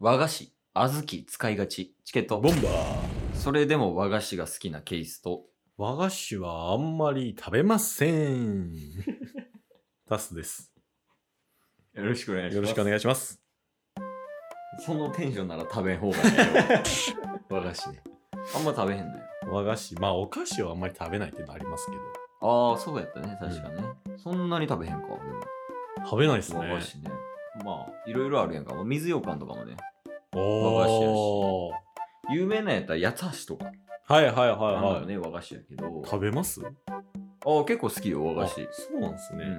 和菓子、小豆使いがち、チケットボ。ンバー。それでも和菓子が好きなケースと、和菓子はあんまり食べません。タスです。よろしくお願いします。よろしくお願いします。そのテンションなら食べん方が いいよ。和菓子ね。あんま食べへんのよ。和菓子、まあお菓子はあんまり食べないっていうのありますけど、ああ、そうやったね、確かね。そんなに食べへんか、でも。食べないですね。和菓子ね。まあ、いろいろあるやんか。まあ水羊羹とかもね。和菓おー。有名なやったら八つ橋とか。はいはいはいあのはい。ね、和菓子やけど。食べますああ、結構好きよ、和菓子あ。そうなんですうね。ん。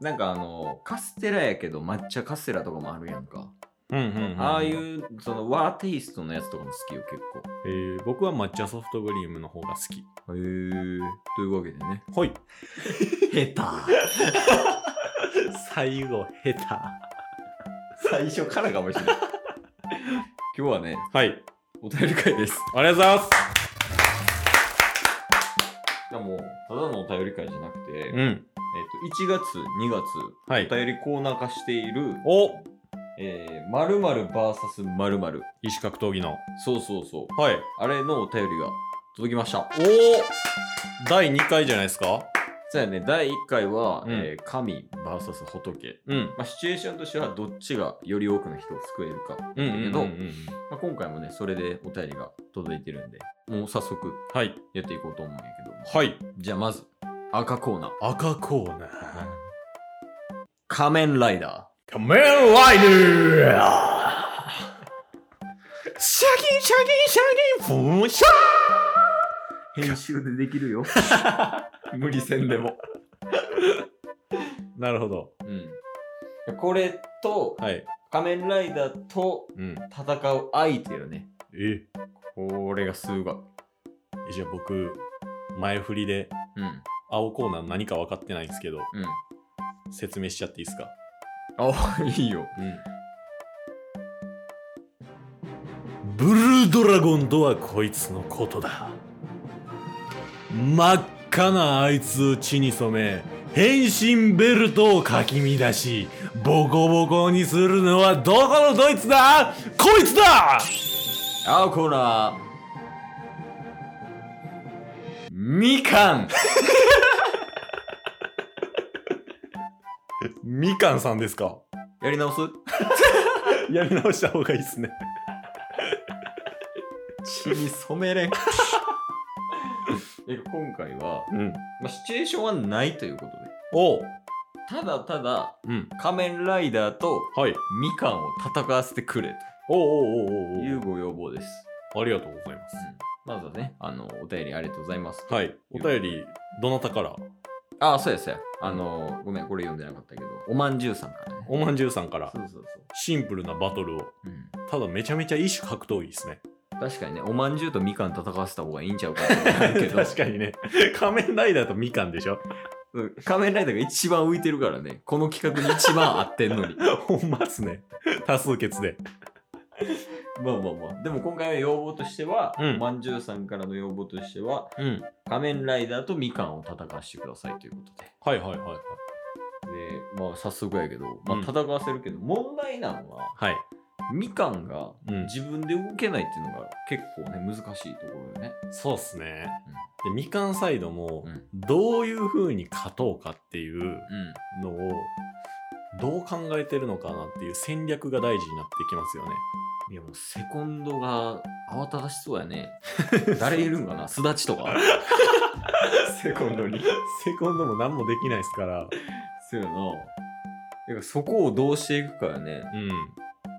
なんかあの、カステラやけど抹茶カステラとかもあるやんか。うんうんうん、うん。ああいえう、その和テイストのやつとかも好きよ、結ー僕は抹茶ソフトクリームの方が好き。構。へえ。というわけでね。 はい。下最後、下手。手。最初からかもしれ ない。今日はね、はい。お便り会です。ありがとうございます。でも、ただのお便り会じゃなくて、えっと、うん。 1月、2月、はいお便りコーナー化している、おえー、〇〇 VS 〇〇。医師格闘技の。そうそうそう。はい。あれのお便りが届きました。お第2回じゃないですかそうやね、第1回は、うんえー神 VS 仏。うん。まあ、シチュエーションとしてはどっちがより多くの人を救えるか。うんだうけんど、うんまあ、今回もね、それでお便りが届いてるんで、もう早速はい。やっていこうと思うんやけど。はい。じゃあまず、赤コーナー。赤コーナー。仮面ライダ仮面ライダーシャキンシャキンシャキンフォーシャー。編集ででき るよ。無理せんでも。なるほど。うん。これと、はい。仮面ライダーとうん。戦う相手よね。え、これがすごい。じゃあ僕、前振りでうん。青コーナー何か分かってないんですけど、うん。説明しちゃっていいですかあ、いいよ。ブルードラゴンとはこいつのことだ真っ赤なあいつを血に染め変身ベルトをかき乱しボコボコにするのはどこのどいつだこいつだ青コーナー。みかんみかんさんですかやり直すやり直した方がいいですね血に染めれん え今回は、うんまあ、シチュエーションはないということでおうただただうん仮面ライダーとはいみかんを戦わせてくれおうおうおといううご要望です、おうありがとうございますまずはねあのお便りありがとうございますはいお便りどなたからああそうやそうやあのごめんこれ読んでなかったけどおまんじゅうさんからねおまんじゅうさんからそうそうそシンプルなバトルをう、うん、ただめちゃめちゃ異種格闘技ですね。確かにねおまんじゅうとみかん戦わせた方がいいんちゃうかってなるけど 確かにね。仮面ライダーとみかんでしょ。 うん仮面ライダーが一番浮いてるからねこの企画に一番合ってんのにほんまっすね。多数決で。まあまあまあ。でも今回は要望としては、うんまんじゅうさんからの要望としては、うん。仮面ライダーとみかんを戦わせてくださいということで。はいはいはいはい。で、まあ早速やけど、まあうん戦わせるけど、問題なのは、はい。みかんがうん自分で動けないっていうのが結構ね、難しいところよね。そうっすね。で、みかんサイドもう、ん。どういう風に勝とうかっていううん。のを、どう考えてるのかなっていう戦略が大事になってきますよね。い やもうセコンドが慌ただしそうや ね。誰いるんかなすだちとか。 セコンドに。セコンドも何もできないですから。 そうやな。だからそこをどうしていくかよね。うん。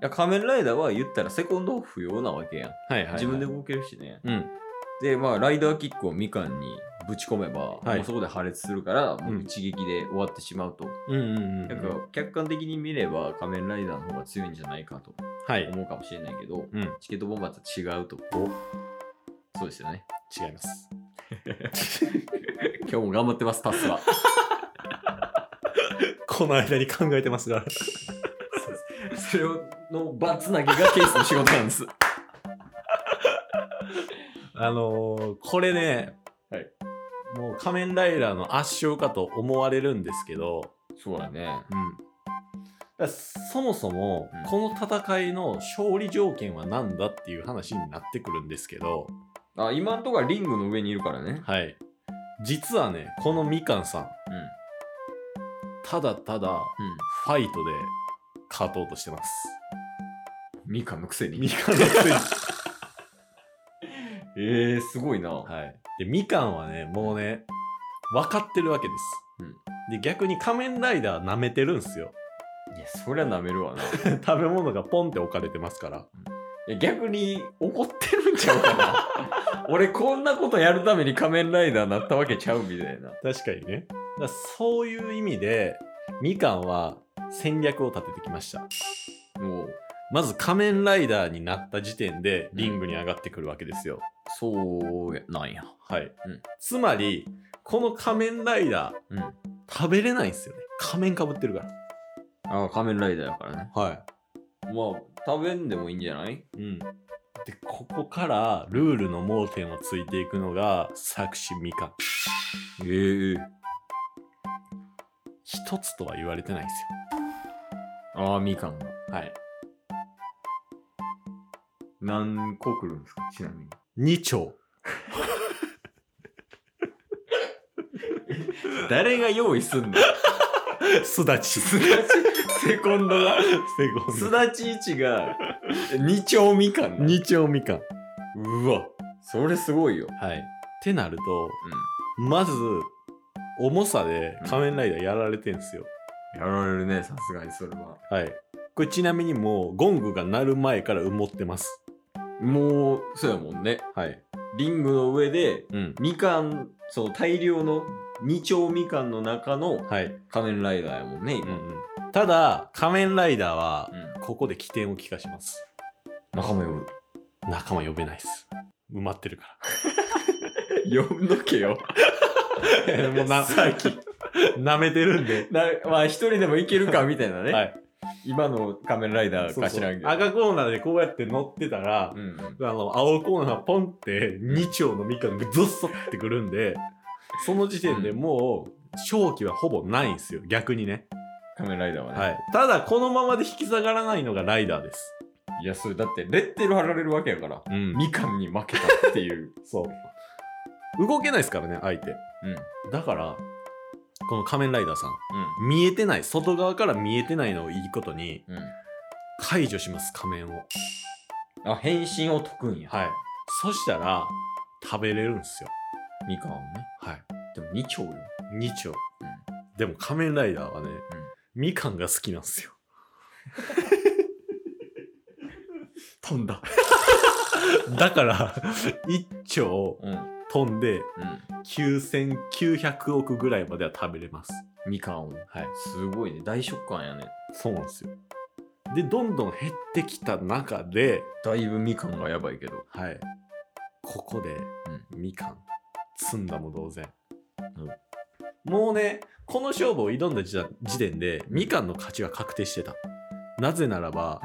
いや仮面ライダーは言ったらセコンド不要なわけやん。はいはい、はい。自分で動けるしね。うん。で、まあ、ライダーキックをみかんにぶち込めば、はいもうそこで破裂するから、もううん一撃で終わってしまうと。うんうんうん。なんか、客観的に見れば仮面ライダーの方が強いんじゃないかとはい。思うかもしれないけど、うん。違いチケットボンバーと違うと。そうですよね。ます。今日も頑張ってます、タスは。この間に考えてますから。 それのバツ投げがケースの仕事なん です。 あのーこれね、はいもう仮面ライダーの圧勝かと思われるんですけど、そうだね。うん、だからそもそもうんこの戦いの勝利条件は何だっていう話になってくるんですけど、あ、今んとこはリングの上にいるからね。はい。実はね、このみかんさん、うん。うん。ただただファイトで勝とうとしてます。みかんのくせに。みかんのくせに。 ええー、すごいな。はい。で、みかんはね、もうね、分かってるわけです。うんで、逆に仮面ライダー舐めてるんすよ。 い、や、そりゃ舐めるわな。食べ物がポンって置かれてますから。いや逆に怒ってるんちゃうかな。 俺こんなことやるために仮面ライダーなったわけちゃうみたいな。確かにね。だからそういう意味で、みかんは戦略を立ててきました。もう、まず仮面ライダーになった時点で、リングに上がってくるわけですよ。そうやなんや。はい。んつまり、この仮面ライダー、うん。食べれないんですよね。仮面かぶってるから。ああ、仮面ライダーやからね。はい。まあ、食べんでもいいんじゃないうん、でここからルールの盲点をついていくのが作詞みかんええー。一つとは言われてないんですああ、みかんが。よはい何個くるんですかちなみに。 2丁誰が用意すんのすだちすだち、セコンドが。すすだち位置が、二丁みかんな。 2丁みかんうわそれすごいよ。はいってなるとまず重さで仮面ライダーやられてんすよ、うん。やられるね、さすがにそれは。はいこれちなみにもうゴングが鳴る前から埋もってますもう、そうやもんね。はいリングの上で、うんみかん、その大量の二丁みかんの中のはい、仮面ライダーやもんね、うん今。うん、ただ仮面ライダーはうん。ここで起点を利かします仲間呼ぶ。仲間呼べないっす埋まってるか呼んどけよ。ら もうなさっき舐めてるんでなまあ、一人でもいけるかみたいなね。はい今の仮面ライダーかしらんけど。赤コーナーでこうやって乗ってたらう、んうん。あの青コーナーポンって2丁のみかんがゾッソってくるんでその時点でもう勝機はほぼないんですよ逆にね、仮面ライダーはね。はい、ただこのままで引き下がらないのがライダーですいや、それだって、レッテル貼られるわけやから。うんみかんに負けたっていう。そう動けないですからね相手うん。うん。だからこの仮面ライダーさん見えてない外側から見えてないのをいいことにうん。解除します仮面をあ、変身を解くんや。はい。そしたら、食べれるんすよ。みかんをね。はい。でも2丁よ。 2丁。でも仮面ライダーはね、みかんが好きなんすよ。 飛んだ。 だから、1丁うん。うん。飛んで、9900億ぐらいまでは食べれます。みかんを。はい。すごいね。大食感やね。そうなんですよ。で、どんどん減ってきた中で、だいぶみかんがやばいけど。はい。ここで、みかん、積んだも同然。もうね、この勝負を挑んだ時時点で、みかんの勝ちは確定してた。なぜならば、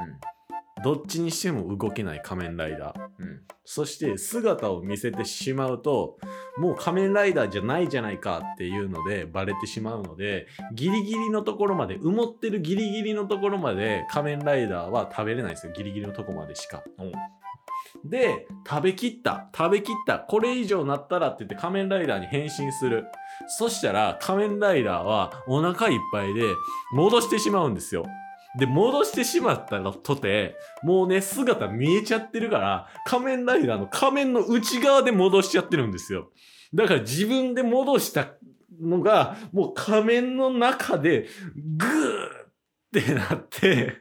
どっちにしても動けない仮面ライダー。うん。うん。そして姿を見せてしまうと、もう仮面ライダーじゃないじゃないかっていうのでバレてしまうので、ギリギリのところまで、埋もってるギリギリのところまで仮面ライダーは食べれないんですよ。ギリギリのとこまでしか。で、食べきった、食べきった、これ以上なったらって言って仮面ライダーに変身する。そしたら仮面ライダーはお腹いっぱいで戻してしまうんですよ。で、戻してしまったらとて、もうね、姿見えちゃってるから、仮面ライダーの仮面の内側で戻しちゃってるんですよ。だから自分で戻したのが、もう仮面の中で、ぐーってなって、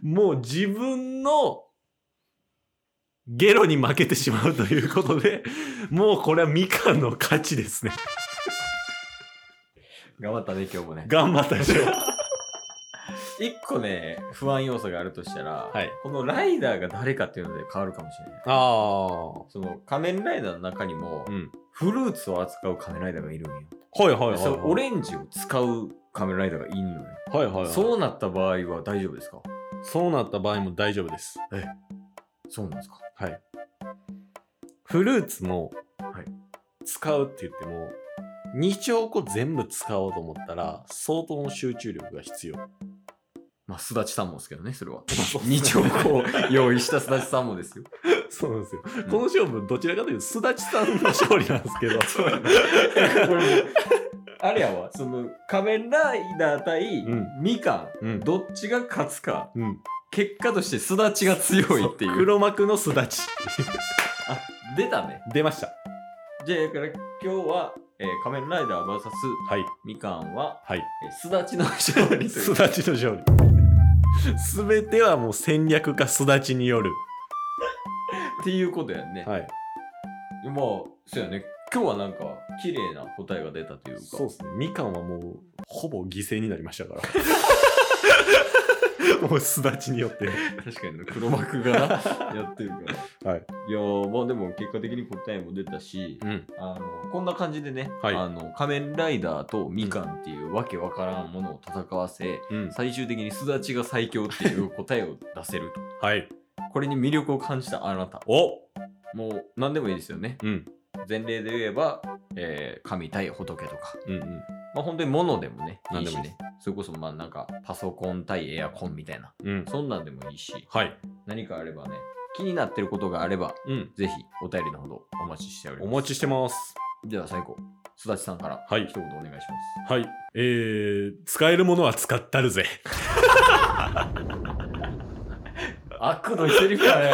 もう自分のゲロに負けてしまうということで、もうこれはみかんの勝ちですね。頑張ったね、今日もね。頑張ったでしょ。一個ね、不安要素があるとしたら、はいこのライダーが誰かっていうので変わるかもしれない。あその仮面ライダーの中にも、うん。フルーツを扱う仮面ライダーがいるんよ。はいはいはい、そのオレンジを使う仮面ライダーがいるのよ。はいはい、はい。そうなった場合は大丈夫ですかそうなった場合も大丈夫です。そうなんですかはい。フルーツも、はい使うって言っても、2兆個全部使おうと思ったら、相当の集中力が必要。まあ、すだちさんもですけどね、 それは。2兆個用意したすだちさんも ですよ。 そうなんですよ、んこの勝負どちらかというとすだちさんの勝利なんですけ どあれやわ、その、仮面ライダー対うんみかうんん、どっちが勝つか、うん結果としてすだちが強いってい。そうう黒幕のすだちあ、出たね。 出ましたじゃあ、だから今日は、えー仮面ライダー VS はいみかんは、はいえーすだちの勝 利といすう。だちの勝利全てはもう戦略かすだちによるっていうことやんね。はいまあ、そうやね。今日はなんか、綺麗な答えが出たというか。そうですねみかんはもうほぼ犠牲になりましたから もうすだちによって確かにね黒幕 がなやってるから。はい、いやーまあでも結果的に答えも出たし、うんあのこんな感じでね、はいあの仮面ライダーとみかんっていうわけわからんものを戦わせうん最終的にすだちが最強っていう答えを出せ るとはいこれに魅力を感じたあなたおもう何でもいいですよねうん前例で言えば、えー神対仏とか、うんうんまあ、本当に物でもねい何いでしもいいねそれこそまあなんかパソコン対エアコンみたいなうんそんなんでもいいしはい何かあればね、気になってることがあれば、うんぜひお便りのほどお待ちしております。お待ちしてますでは最後、すだちさんからはい一言お願いします。はいえー、使えるものは使ったるぜ悪のセリフだね。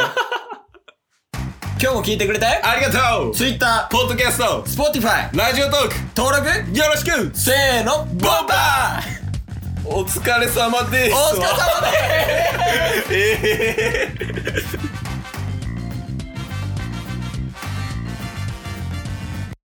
今日も聞いてくれてありがとう Twitter、ポッドキャスト、Spotify、ラジオトーク登録よろしくせーのボンバーお疲れ様ですお疲れ様ですえー